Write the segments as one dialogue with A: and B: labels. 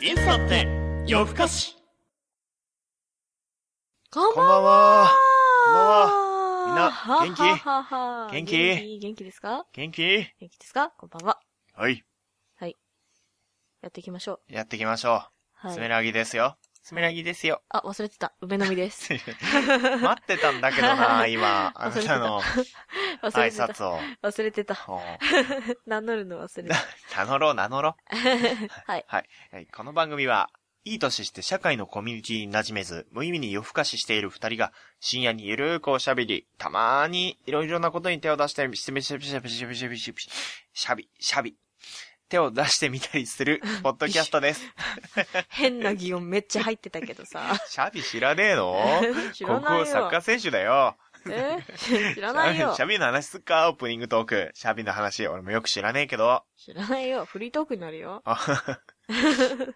A: インスタって夜更かし
B: こん
C: こ
B: ば
C: ん
B: ん
C: ばん
B: は。
C: は。こんばんはみんな元気
B: はははは
C: 元気
B: 気元気ですか
C: 元気
B: 元気ですかこんばんは。
C: はい。
B: やっていきましょう。
C: やっていきましょう。
B: は
C: スメ
B: い。
C: ラギですよ。スメラギです よ。
B: あ、忘れてた。梅の実です。
C: 待ってたんだけどな、今。あ
B: 忘れ
C: な
B: てた
C: たの
B: 忘
C: 挨
B: れてた。
C: 拶を。
B: 忘れてた。
C: おう
B: 名乗るの忘れて
C: な
B: た。
C: 名乗ろう、名乗ろう。
B: はい。
C: はいこの番組は、いい年して社会のコミュニティに馴染めず、無意味に夜更かししている二人が、深夜にゆるーくおしゃべり、たまーにいろいろなことに手を出してみ、しゃびしゃびしゃびしゃびしゃびしゃびしゃび、しゃび、手を出してみたりする、ポッドキャストです。
B: 変な擬音めっちゃ入ってたけどさ。
C: シャビ知らねえの
B: 知ら
C: 高
B: な
C: 校
B: い
C: サッ
B: よ
C: カ。ー選手だよ。
B: え 知らないよ
C: シ。ャビの話すっか、オープニングトーク。シャビの話、俺もよく知らねえけど。
B: 知らないよ。フリートークになるよ。
C: あ3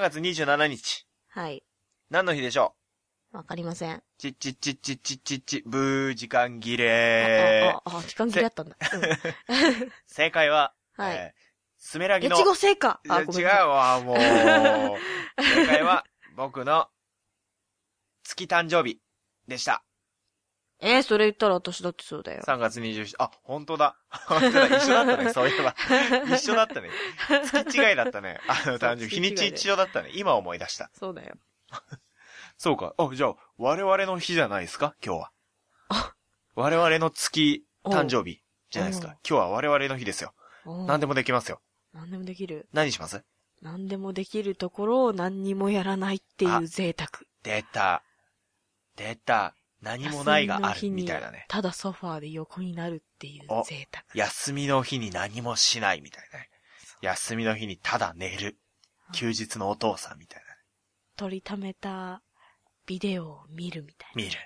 C: 月27日。
B: はい。
C: 何の日でしょ
B: わかりません。
C: うちっちっちっちっちっちっち、ブー時間切
B: あ、
C: れ
B: あ、。あ、あ時間切れだったんだ。うん
C: 正解は、
B: はい。
C: えースメラギ
B: 越
C: の。
B: 後製菓
C: いや
B: あ、
C: 違
B: ご
C: う
B: めんなさい。
C: わ、もう。正解は、僕の月誕生日でした。
B: えー、それ言ったら私だってそうだよ。
C: 3月27、あ、本当だ。本当だ、一緒だった ね、そういえば。一緒だったね。月違いだっ たね。あの、誕生日、
B: そう月違
C: 日に
B: い
C: ち
B: で
C: 一緒だったね。今思い出した。
B: そうだよ。
C: そうか。あ、じゃあ、我々の日じゃないですか今日は。我々の月誕生日じゃないです
B: おう
C: か。今日は我々の日ですよ。
B: な
C: 何でもできますよ。
B: 何でもできる。
C: 何します
B: 何でもできるところを何にもやらないっていう贅沢。
C: 出た。出た。何もないがあ
B: 休みの日
C: る
B: に
C: みたいなね。
B: ただソファーで横になるっていう
C: お
B: 贅沢。
C: 休みの日に何もしないみたいなね。休みの日にただ寝る。休日のお父さんみたいな。
B: 取りためたビデオを見るみたい
C: 見る。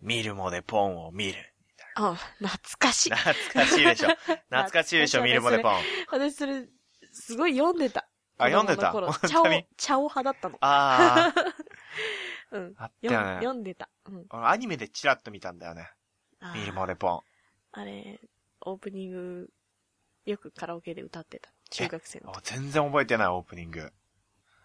C: 見るもでポンを見る。
B: な。あ、懐かしい。
C: 懐かしいでしょ。 懐かしいでしょ、見るもでポン。
B: 私それ、すごい読んでた。
C: あ、読んでた
B: 子供
C: 本
B: の頃茶を
C: 当に、
B: 茶を派だったの。
C: ああ、
B: うん。
C: あっ
B: 読
C: たよ
B: ん
C: ね。
B: 読んでた。うん。
C: 俺アニメでチラッと見たんだよね。
B: あー
C: 見るもでポン。
B: あれ、オープニング、よくカラオケで歌ってた。中学生の
C: あ全然覚えてない、オープニング。
B: 時。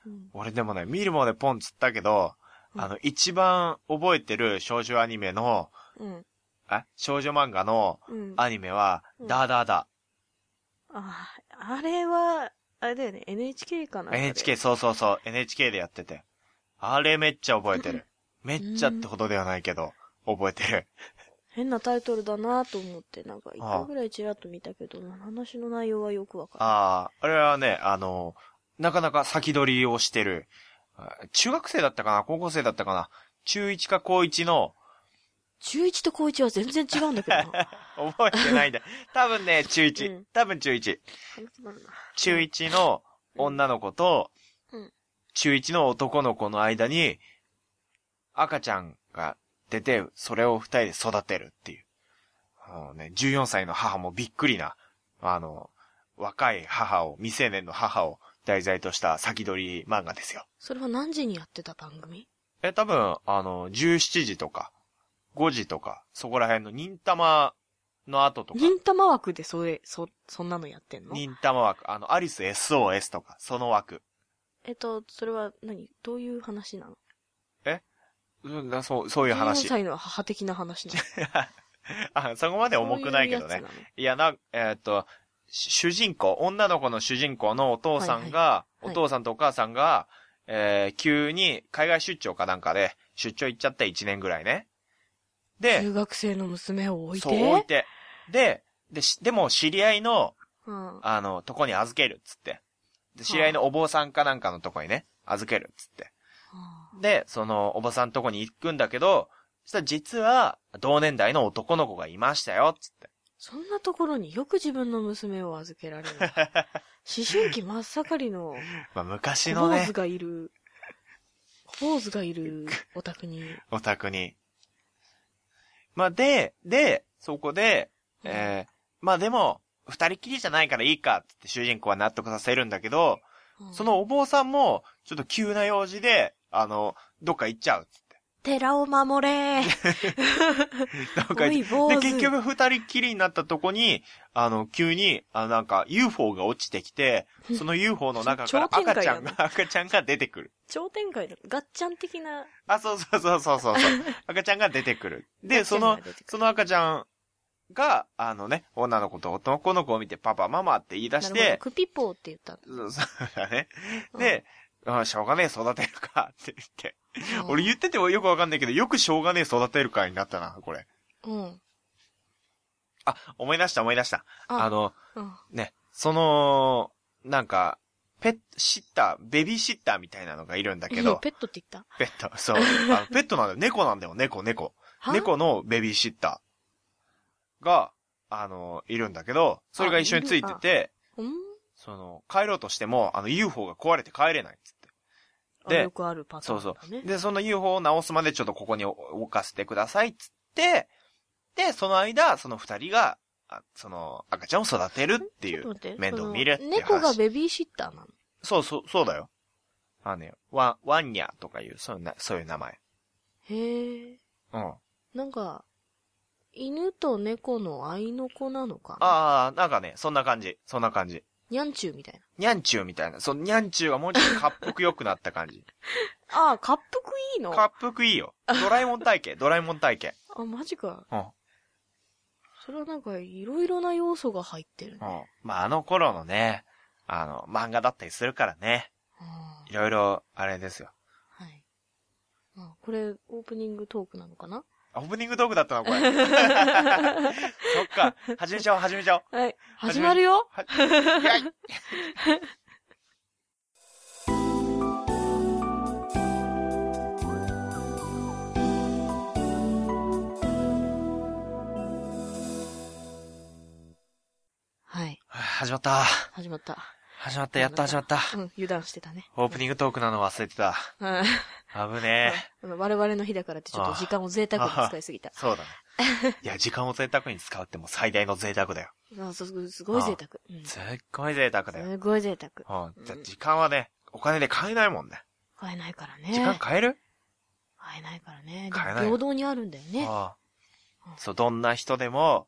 B: うん
C: 俺でもね、見るもでポンっつったけど、
B: うん
C: あの、一番覚えてる少女アニメの、
B: うん。
C: あ少女漫画の
B: うん。
C: アニメは、
B: うん
C: ダーダーダ。
B: ああれは、あれだよね、NHK かな
C: NHK、。そうそうそう、NHK でやってて。あれめっちゃ覚えてる。めっちゃってほどではないけど、覚えてる。
B: 変なタイトルだなと思って、なんか一
C: ああ
B: 個ぐらいちらっと見たけど、話の内容はよくわか
C: ああ、あれはね、あの、なかなか先取りをしてる。あ中学生だったかな高校生だったかな中1か高1の、
B: る。中1と高1は全然違うんだ けどな。
C: 覚えてない んだ。多分ね、中1。
B: うん
C: 多分中1。
B: 話になるな
C: 中1の女の子と
B: うん、
C: 中1の男の子の間に、赤ちゃんが出て、それを二人で育てるっていう。あのね、14歳の母もびっくりな、あの、若い母を、未成年の母を題材とした先取り漫画ですよ。
B: それは何時にやってた番組
C: え、多分、あの、17時とか、5時とか、そこら辺の忍たまの後とか、
B: 忍たま枠でそれ、そ、そんなのやってんの
C: 忍たま枠、あの、アリス SOS とか、その枠。
B: えっと、それは何どういう話なの
C: うんなそう、そういう
B: 14
C: 話。
B: 歳の母的な話なの
C: あ、そこまで 重くないけどね。
B: そういうや
C: いや、な、えーっと、し主人公、女の子の主人公のお父さんが、
B: はいはい
C: お父さんとお母さんが、えー急に海外出張かなんかで、出張行っちゃって1年ぐらいね。
B: つなの
C: で、
B: 中学生の娘を置いて
C: そう置いて。で、で、しでも知り合いの、
B: うん。
C: あの、とこに預けるっつって。で、知り合いのお坊さんかなんかのとこにね、預けるっつって。で、その、おばさんとこに行くんだけど、そしたら実は、同年代の男の子がいましたよ、つって。
B: そんなところによく自分の娘を預けら れる。思春期真っ盛りの、
C: まあ、昔
B: 小
C: の
B: 坊主
C: ね、
B: がいる、小坊主がいるお宅に。
C: お宅に。まあ、で、で、そこで、えー、まあでも、二人きりじゃないからいいか、つって主人公は納得させるんだけど、
B: うん
C: そのお坊さんも、ちょっと急な用事で、あの、どっか行っちゃう、つって。
B: 寺を守れ
C: なんか、
B: おい
C: で、
B: 坊主
C: 結局二人きりになったとこに、あの、急に、あなんか UFO が落ちてきて、その UFO の中から
B: 超展
C: 赤
B: 開
C: ち
B: やな
C: ゃ
B: ん
C: が、赤ちゃんが出てくる。
B: 超展開の、ガッチャン的な、
C: あ、そうそうそうそうそう そう。赤ちゃんが出てくる。で、そ
B: が
C: の
B: 出てくる、
C: その赤ちゃんが、あのね、女の子と男の子を見て、パパ、ママって言い出
B: な
C: し
B: るほど、
C: て、
B: クピポーって言ったの。
C: そうそうだね。で、あしょうがねえ育てるか、って言って。
B: うん
C: 俺言っててもよくわかんないけど、よくしょうがねえ育てるかになったな、これ。
B: うん。
C: あ、思い出した思い出した。
B: あ
C: あの、
B: うん。
C: ね、その、なんか、ペット、シッター、ベビーシッターみたいなのがいるんだけ
B: うん
C: ど、
B: ペットって言った
C: ペット、そう。あのペットなんだよ。猫なんだよ、猫、猫。
B: は
C: 猫のベビーシッターが、あの、いるんだけど、それが一緒についてて、
B: うん
C: その、帰ろうとしても、あの、UFO が壊れて帰れないっつって。
B: あ
C: で
B: よくあるパタ
C: そ
B: ー
C: う
B: ン
C: そ
B: だ
C: う。
B: ね。
C: で、その UFO を直すまでちょっとここに置かせてくださいっつって、で、その間、その二人が、あその、赤ちゃんを育てるってい
B: ちょっ
C: う。
B: と待って
C: 面倒
B: その
C: 見れっていう話
B: 猫がベビーシッターなの。
C: そうそう、そうだよ。あのね、ワン、ワンニャとかいう、そういうな、そういう名前。
B: へえ。
C: うん。あ
B: なんか、犬と猫の愛の子なのかな
C: あー、なんかね、そんな感じ。そんな感じ。
B: にゃんちゅうみたいな。
C: ニャンチューみたいな。そのニャンチューがもうちょっと滑腹良くなった感じ。
B: ああ、滑腹いいの
C: 滑腹いい よ。ドラえもん体型、ドラえもん体型。
B: あ、マジか。
C: うん。
B: それはなんか、いろいろな要素が入ってるね。
C: うん。まあ、あの頃のね、あの、漫画だったりするからね。
B: うん
C: いろいろ、あれですよ。
B: はい。あこれ、オープニングトークなのかな
C: オープニングトークだった な、これ。そっか。始めちゃおう、始めちゃおう。
B: はい。
C: 始
B: 始
C: ま
B: ま
C: る
B: るよ
C: はやい
B: はい。
C: はあ始まった。
B: 始まった。
C: 始まった、やっと始まった。
B: うん、油断してたね。
C: オープニングトークなの忘れてた。
B: うん。
C: 危ねえ。
B: あの我々の日だからってちょっと時間を贅沢に使いすぎた。
C: そうだ ね。いや、時間を贅沢に使うってもう最大の贅沢だよ。
B: あすごいすごい贅沢。うん
C: すっごい贅沢だよ。
B: すごい贅沢。
C: うん。じゃ
B: うん
C: 時間はね、お金で買えないもんね。
B: 買えないからね。
C: 時間買える
B: 買えないからね。
C: 買えない
B: でも平等にあるんだよね。
C: ああ
B: うん
C: そう、どんな人でも、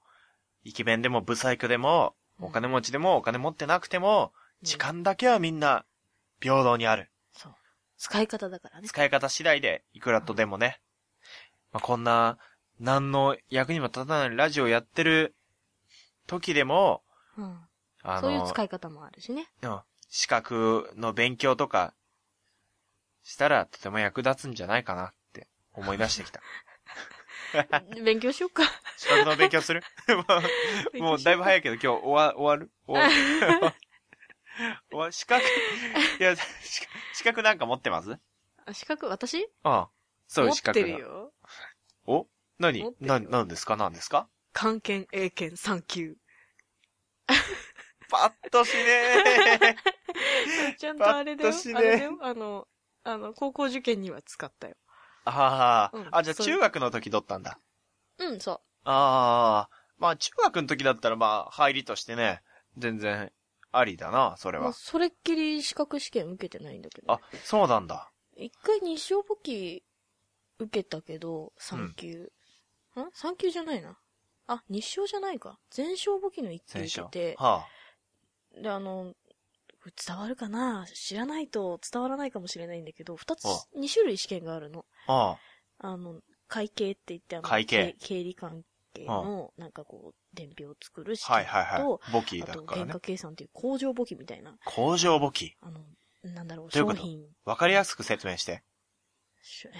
C: イケメンでも、ブサイクでも、
B: うん
C: お金持ちでも、お金持ってなくても、
B: うん
C: 時間だけはみんな、平等にある。
B: そう。使い方だからね。
C: 使い方次第で、いくらとでもね。まあ、こんな、何の役にも立たないラジオやってる時でも、
B: うん。
C: あ
B: そういう
C: の、
B: 使い方もあるしね。
C: うん資格の勉強とか、したらとても役立つんじゃないかなって思い出してき た。
B: 勉強しようか。
C: 資格の勉強する もうだいぶ早いけど今日終わ、終わ る 終わる終わ資格、 いや、資格資格なんか持ってます
B: あ 資格、私
C: ああそうい
B: 持
C: う
B: っ
C: 資格
B: て
C: が
B: るよ。
C: お何
B: 持ってる
C: な、
B: よ
C: なんですかなんですか
B: 関検、英検、3級。
C: パッと しね
B: ちゃんとあれだよ。
C: パッとしね
B: あれだよ。あの、あの、高校受験には使ったよ。
C: ーああ、
B: うん
C: あ、じゃあ
B: そういう
C: 中学の時取ったんだ。
B: うん、そ
C: ああ、まあ中学の時だったらまあ入りとしてね、全然ありだな、それ
B: う。も
C: は
B: う。それっきり資格試験受けてないんだけど。
C: あ、そうなんだ。
B: 一回日照簿記受けたけど、3級。ん ?3 級じゃないな。あ、日照じゃないか。全照簿記の1級
C: 選手
B: 受けて。
C: は
B: で、あの、伝わるかな知らないと伝わらないかもしれないんだけど、二つ
C: あ、
B: 二種類試験があるの。
C: あ、ああ、
B: あの、会計って言って、あの、
C: 会計
B: け経理関係の、なんかこう、伝票を作る試験と、
C: はいはいはい。簿記
B: あ
C: だ
B: と、
C: から
B: 原
C: ね
B: 価。計算っていう工場簿記みたいな、
C: 工場簿記。
B: あの、なんだろう、
C: どういう
B: 商
C: こと
B: 品。
C: わかりやすく説明して。
B: しえー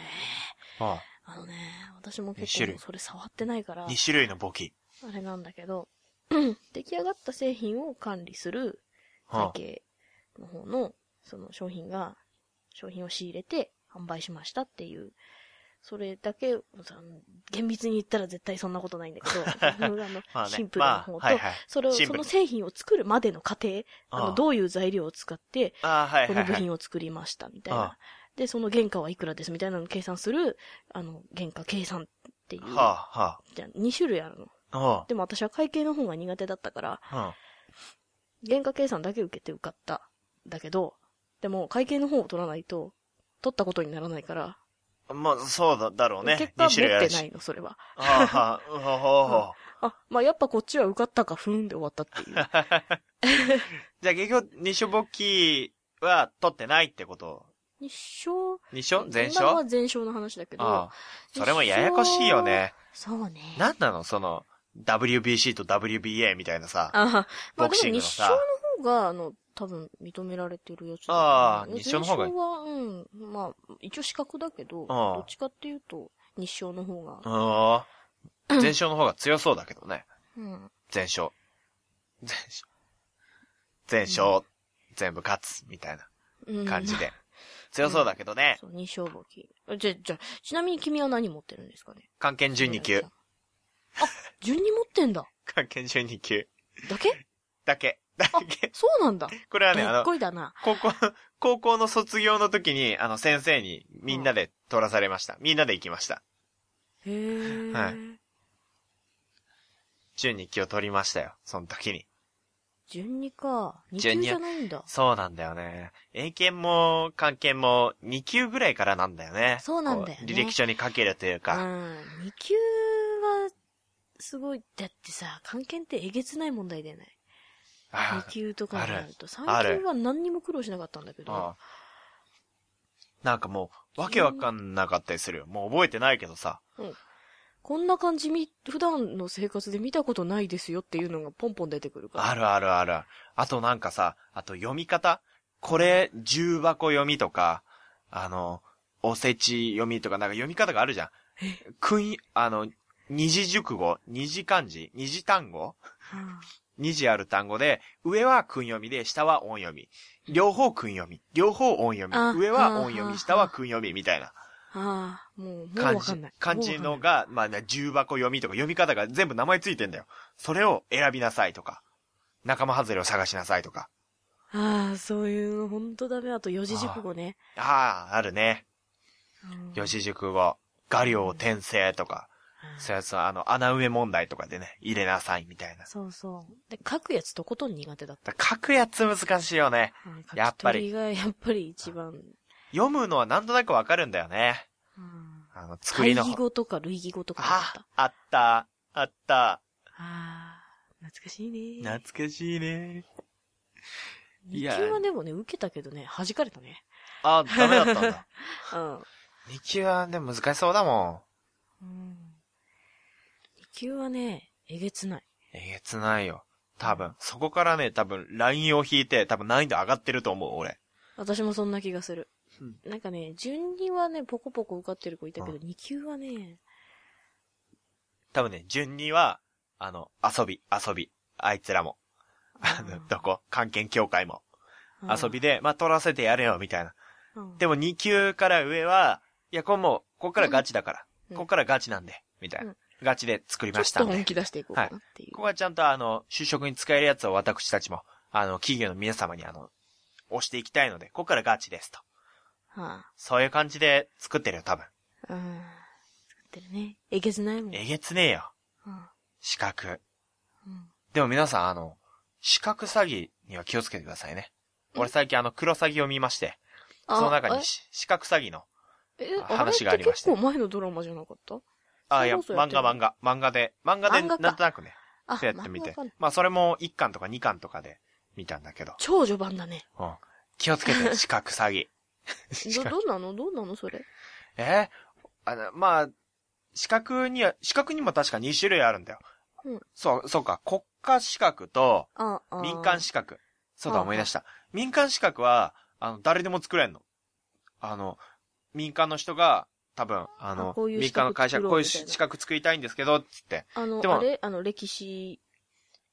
C: あ
B: あのね、私も
C: 二
B: 結
C: 種
B: 構
C: 類
B: それ触ってないから、
C: 2種類の簿記。
B: あれなんだけど、 出来上がった製品を管理する会
C: は
B: 計の方の、その商品が、商品を仕入れて販売しましたっていう、それだけ、その厳密に言ったら絶対そんなことないんだけど、あ
C: ま
B: の
C: あね
B: シンプルな方と、
C: まあはいはい
B: それを、
C: シン
B: そ
C: プル
B: の製品を作るまでの過程、あ
C: あ
B: の、どういう材料を使って、
C: ああ、はい
B: こ
C: は
B: の
C: い
B: 部
C: はい。
B: 品を作りました、みたい
C: あ
B: な。で、その原価はいくらです、みたいなのを計算する、あの、原価計算っていう、
C: はあ、は
B: じゃ2種類あるの。
C: あ、は
B: でも私は会計の方が苦手だったから、
C: あ、は
B: 原価計算だけ受けて受かった。だけど、でも会計の方を取らないと、取ったことにならないから、
C: まあ、そうだ、だろうね。
B: 結果持
C: 二種類あ
B: っ
C: る
B: て
C: し
B: ないの、それは。
C: はあはあ、うほほほ。
B: あ、まあ、やっぱこっちは受かったか、ふーんで終わったっていう。
C: じゃあ結局、二所簿記は取ってないってこと。
B: 日照、
C: 二所全
B: 今の
C: 所
B: は全勝の話だけど、
C: ああ。それもややこしいよね。
B: そうね。
C: なんなのその、WBC と WBA みたいなさ。
B: ああまあ
C: ボク
B: で
C: シン
B: も
C: グ
B: 日
C: の
B: 照
C: さ
B: の方が、あの、多分認められてるやつだと思う
C: ああ日照の方が
B: 全勝は、うん。まあ、一応資格だけど、
C: ああ
B: どっちかっていうと、日照の方が、
C: ああ。全勝の方が強そうだけどね。
B: うん。
C: 全勝。全勝。全勝。全部勝つ。みたい
B: うん
C: な感じで。強そうだけどね。
B: そう、二勝簿記。じゃ、じゃ、ちなみに君は何持ってるんですかね
C: 関係12級。。
B: あ、12持ってんだ。
C: 関係12級。
B: だけ
C: だけ。だけ。
B: そうなんだ。
C: これはね、あ
B: どっ
C: の、
B: こいだな。
C: 高校、高校の卒業の時に、あの、先生にみんなで取らされました。みんなで行きました。
B: へえ。
C: はい12級を取りましたよ。その時に。
B: 12か。2
C: 12
B: 級じゃないんだ。
C: そうなんだよね。英検も、関係も、2級ぐらいからなんだよね。
B: そうなんだよね
C: こ履歴書に書けるという
B: うん。
C: か。
B: 2級は、すごい。だってさ、関係ってえげつない問題だよね。
C: あ
B: 2級とかになると。
C: ある
B: 3級は何にも苦労しなかったんだけ
C: あ
B: ど。
C: ああなんかもう、わけわかんなかったりするよ。もう覚えてないけどさ。
B: こんな感じみ、普段の生活で見たことないですよっていうのがポンポン出てくるから。
C: あるあるある。あとなんかさ、あと読み方これ、重箱読みとか、あの、おせち読みとか、なんか読み方があるじゃん。訓、あの、二字熟語、二字漢字、二字単語
B: うん
C: 二字ある単語で、上は訓読みで、下は音読み。両方訓読み。両方音読
B: あ
C: み。上は
B: あ
C: 音読
B: あ
C: み、下は訓読み、みたいな
B: ああ、もう、もう
C: 感
B: わ
C: じ
B: かんない。。
C: 漢字
B: もう
C: の
B: わかんない。
C: が、まあ、ね、重箱読みとか読み方が全部名前ついてんだよ。それを選びなさいとか、仲間外れを探しなさいとか。
B: ああ、そういうの、ほんとダメ。あと、四字熟語ね。
C: ああ、あるね。
B: うん
C: 四字熟語。画量転生とか、そういうやつは、あの、穴埋め問題とかでね、入れなさいみたいな。
B: そうそう。で、書くやつとことん苦手だっ
C: だ書くやつ難しいよね。
B: た。
C: やっぱり
B: 書き取りがやっぱり一番。
C: 読むのはなんとなくわかるんだよね。
B: うん
C: あの、作
B: 対
C: りの。
B: 義語とか類義語とかだっ
C: あ
B: た。、
C: あった、あった。
B: ああ、懐かしいね。
C: 懐かしいね。い
B: 二
C: や
B: 級はでもね、受けたけどね、弾かれたね。
C: あ、ダメだったんだ。
B: うん。
C: 二級はね、難しそうだも
B: うん二級はね、えげつない。
C: ん。えげつないよ。多分、そこからね、多分、ラインを引いて、多分難易度上がってると思う、俺。
B: 私もそんな気がする。
C: うん
B: なんかね、順にはね、ポコポコ受かってる子いたけど、二級はね、
C: 多分ね、順には、あの、遊び、遊び。あいつらも。あ
B: あ
C: の
B: ー、
C: どこ関係協会も。
B: うん
C: 遊びで、まあ、取らせてやれよ、みたいな。
B: うん
C: でも、2級から上は、いや、これもう、ここからガチだから。
B: うん
C: ここからガチなんで、みたい
B: う
C: な。
B: ん
C: ガチで作りま
B: ち
C: した
B: ょっ
C: んで
B: と。本気出していこうかなっていう。
C: ここはちゃんとあの、就職に使えるやつを私たちも、あの、企業の皆様にあの、押していきたいので、ここからガチですと。
B: は
C: そういう感じで作ってるよ、多分。
B: あ、うん。作ってるね。えげつないもん。
C: えげつねえよ。
B: うん
C: 資格。
B: うん
C: でも皆さん、あの、資格詐欺には気をつけてくださいね。俺最近あの、黒詐欺を見まして、その中にし資格詐欺の、
B: ええ
C: 話がありました
B: あれって結構前のドラマじゃなかった
C: あ、いや、
B: それこそやっ
C: 漫
B: てる
C: 画漫画、漫画で、漫画で
B: 漫画か
C: なんとなくね、
B: あ、
C: そうやってみ
B: 漫
C: て
B: 画か。
C: まあ、それも1巻とか2巻とかで見たんだけど。
B: 超序盤だ ね。
C: うん。気をつけて、資格詐欺。 資
B: ど、
C: 格
B: どうなのどうなのそれ。
C: えあの、まあ、資格には、資格にも確か2種類あるんだよ。
B: うん
C: そう、そうか、国家資格と
B: あ、あ
C: 民間
B: 資
C: 資格。そう
B: あ
C: だ、
B: ー
C: 思い出した。民間資格は、あの、誰でも作れんの。あの、民間の人が、多分、あ
B: あ
C: の、
B: こういう資
C: 民
B: 格
C: 間の会社、
B: 作ろう
C: こういう
B: みたいな
C: 資格作りたいんですけど、つって。
B: あの、
C: で
B: あ
C: も
B: れあの、歴史、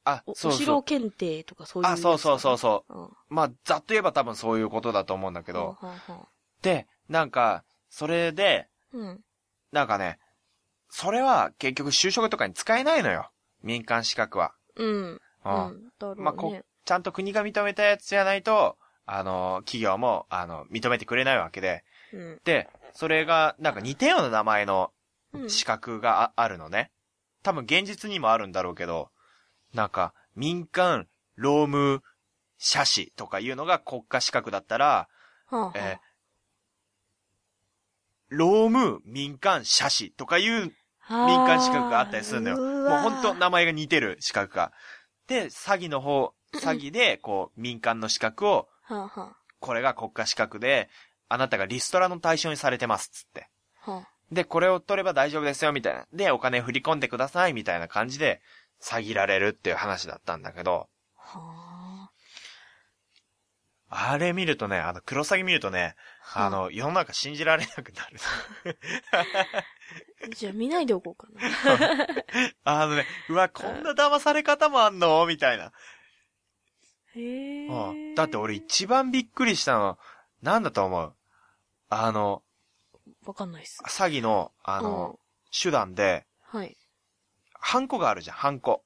C: あ、
B: お
C: そう
B: お
C: そ
B: 城
C: う。
B: 検定とかそういうや
C: あ、
B: つ。。
C: そうそうそうそう
B: うん。
C: う。まあ、ざっと言えば多分そういうことだと思うんだけど。
B: はあはあ
C: で、なんか、それで、
B: うん。
C: なんかね、それは結局就職とかに使えないのよ。民間資格は。
B: うん。
C: う
B: う
C: ん
B: ん。だろうね。
C: まあこちゃんと国が認めたやつじゃないと、あの、企業も、あの、認めてくれないわけで。
B: うん。
C: で、それが、なんか似たような名前の
B: うん。
C: 資格がああるのね。多分現実にもあるんだろうけど、なんか、民間、労務、社士とかいうのが国家資格だったら、
B: はあはあ
C: え労務民間社士とかいう民間資格があったりするのよ。もうほんと名前が似てる資格が。で、詐欺の方、詐欺で、こう、民間の資格を、
B: はあ、は
C: これが国家資格で、あなたがリストラの対象にされてます、つって。
B: あ、は
C: で、これを取れば大丈夫ですよ、みたいな。で、お金振り込んでください、みたいな感じで、詐欺られるっていう話だったんだけど、
B: あ、は
C: あれ見るとね、あの、黒詐欺見るとね、
B: あ。
C: あ、の、世の中信じられなくなる。
B: じゃあ見ないでおこうか な。
C: あのね、うわ、こんな騙され方もあんのみたいな。
B: へ
C: う
B: え。
C: ん。だって俺一番びっくりしたの、なんだと思うあの、
B: わかんないっす。
C: 詐欺の、あの、手段で、
B: うん、はい。
C: ハンコがあるじゃん、ハンコ。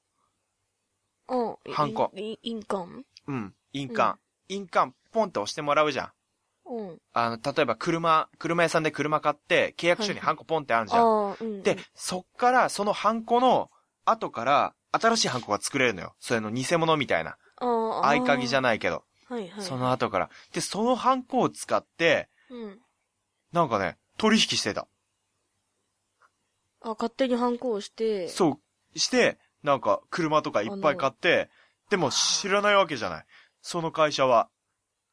B: うん。
C: ハンコ
B: いい印鑑
C: うん。印鑑。印鑑、ポンって押してもらうじゃん。
B: うん。
C: あの、例えば車、車屋さんで車買って、契約書にハンコポンってあるじ
B: あ
C: ゃん。
B: あ、うん。
C: で、そっから、そのハンコの後から、新しいハンコが作れるのよ。それの偽物みたいな。
B: ああ、
C: 合鍵じゃ
B: ん。
C: ないけど。
B: はいはい。
C: その後から。で、そのハンコを使って、
B: うん。
C: なんかね、取引してた。
B: あ、勝手にハンコをして、
C: そう、して、なんか、車とかいっぱい買って、でも知らないわけじゃない。その会社は。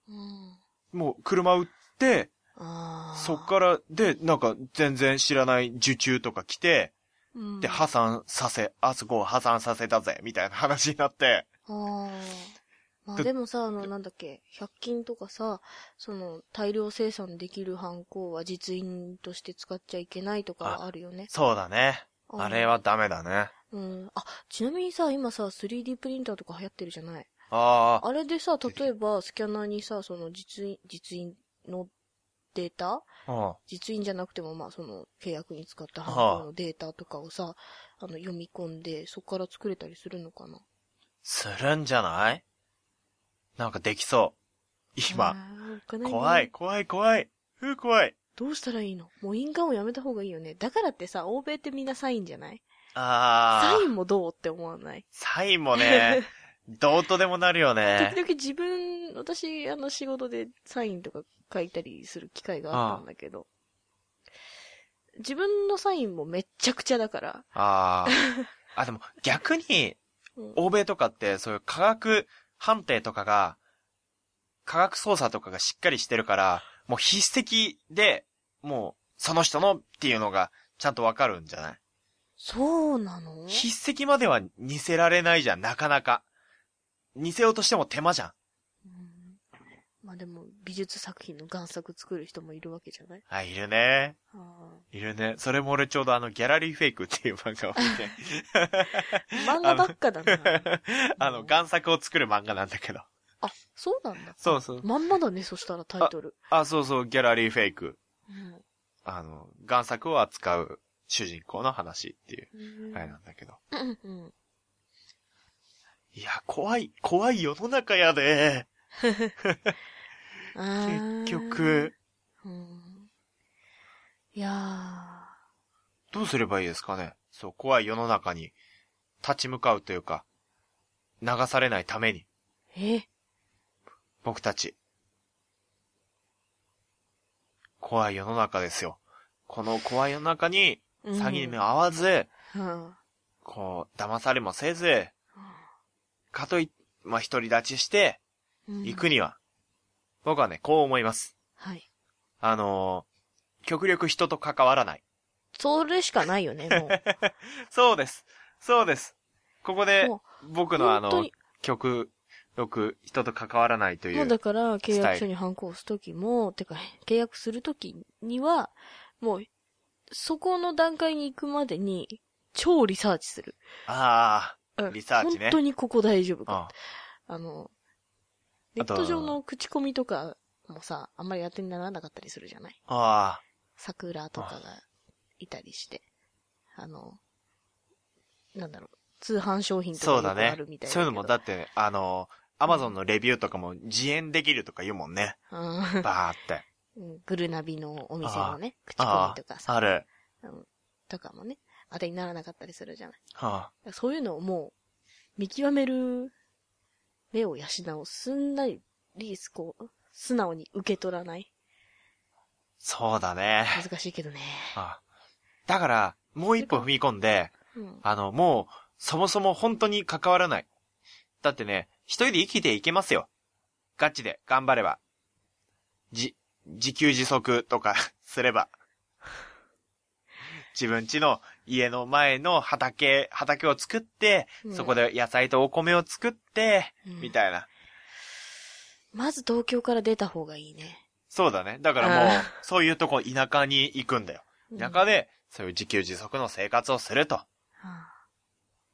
B: うん。
C: もう、車売って、
B: ああ。
C: そっから、で、なんか、全然知らない受注とか来て、
B: うん。
C: で、破産させ、あそこを破産させたぜ、みたいな話になって。
B: ああ。まあ
C: で
B: でもさ、あの、なんだっけ、100均とかさ、その、大量生産できるハンコは実印として使っちゃいけないとかあるよね。
C: そうだね。
B: うん
C: あれ。はダメだね。
B: うん。あ、ちなみにさ、今さ、3D プリンターとか流行ってるじゃない
C: ああ、
B: あれでさ、例えば、スキャナーにさ、その実印、実印のデータ
C: うん。
B: 実印じゃなくても、まあ、その、契約に使ったハンコのデータとかをさ、あの、読み込んで、そこから作れたりするのかな
C: するんじゃないなんかできそう。
B: あ
C: 今。
B: ーおっかなね
C: 怖い、怖い、怖い。ふう、怖い。
B: どうしたらいいのもう印鑑をやめた方がいいよね。だからってさ、欧米ってみんなサインじゃない
C: ああ。
B: サインもどうって思わない
C: サインも ね、どうとでもなるよ
B: 時
C: ね。
B: 々自分、私、あの仕事でサインとか書いたりする機会があったんだけど、自分のサインもめっちゃくちゃだから、
C: ああ。あ、でも逆に、
B: うん
C: 欧米とかってそういう科学判定とかが、科学捜査とかがしっかりしてるから、もう筆跡で、もう、その人のっていうのが、ちゃんとわかるんじゃない
B: そうなの
C: 筆跡までは似せられないじゃん、なかなか。似せようとしても手間じゃん。
B: うんまあでも、美術作品の贋作作る人もいるわけじゃない
C: あ、いるね。
B: あ
C: いるね。それも俺ちょうどあの、ギャラリーフェイクっていう漫画を見て、
B: ー漫画ばっかだな。
C: あの、贋作を作る漫画なんだけど。
B: あ、そうなんだ。
C: そうそう。
B: まんまだね、そしたらタイトル。
C: あ、そうそう、ギャラリーフェイク。
B: うん
C: あの、贋作を扱う主人公の話っていう、
B: うん
C: あれなんだけど。
B: うんうん
C: いや、怖い、怖い世の中やで。
B: あー
C: 結局、
B: うんいやー、
C: どうすればいいですかね。そう、怖い世の中に立ち向かうというか、流されないために、
B: え、
C: 僕たち。怖い世の中ですよ。この怖い世の中に、
B: うん
C: 詐欺にも合わず、
B: うん
C: こう、騙されもせず、かといっ、まあ、独り立ちして、
B: うん
C: 行くには、僕はね、こう思います。
B: はい。
C: あのー極力人と関わらない。
B: それしかないよね、もう。
C: そうです。そうです。ここで
B: もう、
C: 僕のあ
B: 本当
C: の
B: に、
C: 極力人と関わらないとい
B: もう
C: う
B: だ。から、契約書にハンコを押すときも、てか、契約するときには、もう、そこの段階に行くまでに、超リサーチする。
C: あ
B: うん
C: リサーチね
B: 本当にここ大丈夫か。
C: あ、
B: あの、ネ
C: あ
B: ッ
C: と
B: ト上の口コミとかもさ、あんまり当てにならなかったりするじゃない
C: ああ、
B: 桜とかがいたりして。あの、なんだろう、通販商品とか
C: そうだ
B: よくあ
C: ね
B: るみた。いだけど
C: そういうのも、だって、あのー、アマゾンのレビューとかも自演できるとか言うもんね。
B: うん
C: バーって。
B: うんグルナビのお店のね、口コ
C: あ
B: ミとか
C: あ、
B: さ、
C: ある。
B: うんとかもね、当てにならなかったりするじゃない。
C: は
B: だからそういうのをもう、見極める目を養 う、すんなり、リースこう、素直に受け取らない。
C: そうだね。
B: 難しいけどね。
C: あだから、もう一歩踏み込んで、
B: うん。
C: あの、もう、そもそも本当に関わらない。だってね、一人で生きていけますよ。ガチで、頑張れば。じ、自給自足とか、 すれば。自分家の家の前の畑、畑を作って、
B: うん
C: そこで野菜とお米を作って、
B: うん
C: みたいな。
B: まず東京から出た方がいいね。
C: そうだね。だからも
B: あ
C: う、そういうとこ田舎に行くんだよ。
B: うん
C: 田舎で、そういう自給自足の生活をすると。
B: はあ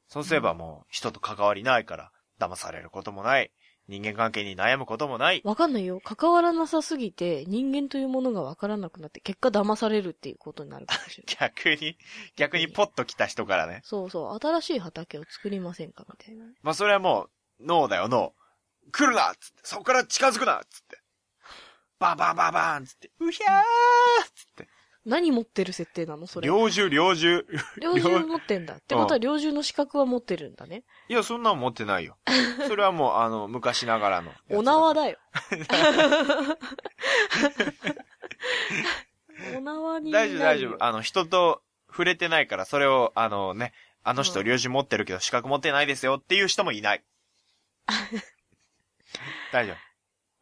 C: そうすればもう人と関わりないから、騙されることもない。人間関係に悩むこともない。
B: わかんないよ。関わらなさすぎて、人間というものがわからなくなって、結果騙されるっていうことになるかもしれない。
C: 逆に、逆にポッと来た人からね。
B: そうそう、新しい畑を作りませんかみたいな。
C: まあそれはもう、ノーだよ、ノー。来るなっつって、そこから近づくなっつって。バンバンバンバンっつって、うひゃーっつって。
B: 何持ってる設定なのそれ。
C: 猟銃、猟銃。
B: 猟銃持ってんだ。ってことは猟銃の資格は持ってるんだね。
C: いや、そんなん持ってないよ。それはもう、あの、昔ながらのやつだ。
B: お縄だよ。 お縄にな
C: 大
B: るよ。
C: 丈夫、大丈夫。あの、人と触れてないから、それを、あのね、あの人、
B: うん
C: 領事持ってるけど、資格持ってないですよっていう人も いない。大丈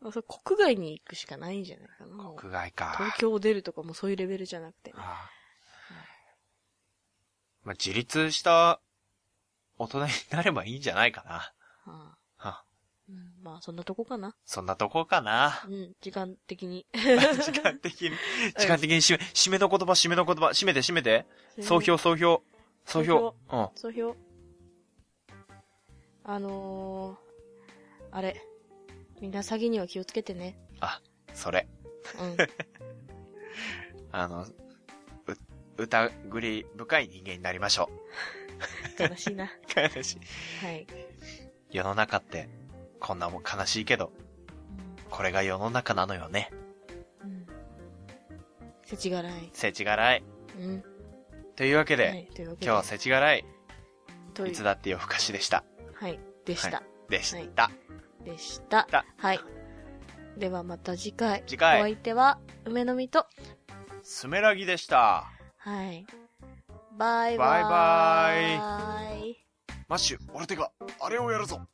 B: あそれ国外に行くしかないんじゃないかな。もう
C: 夫。国外か。
B: 東京を出るとかもそういうレベルじゃなくて。
C: ああまあ、自立した大人になればいいんじゃないかな。
B: は
C: は
B: うん、まあ、そんなとこかな。
C: そんなとこかな
B: う。ん、時間的 に。
C: 時間的に、時間的に締め、締めの言葉、締めの言葉、締めて締めて。総。評、総評、総評。うん。
B: 総評。あのー、あれ。みんな詐欺には気をつけてね。
C: それ。
B: うん。
C: あの、う、疑り深い人間になりましょう。
B: 悲しいな。
C: 悲しい。
B: はい。
C: 世の中って、こんなもん悲しいけど、これが世の中なのよね。
B: うん。せちがらい。
C: せちがらい。
B: うん。
C: というわけで、
B: い、というわけで
C: 今日はせちがらい、
B: と
C: いつだって夜更かしでした。
B: はい。でした。
C: でした。
B: でした
C: だ。
B: はい。ではまた次回。
C: 次
B: お
C: 回
B: 相手は、梅の実と、
C: スメラギでした。
B: はい。バイバイ。
C: バイ
B: イ。
C: マッシュ、俺手が、あれをやるぞ。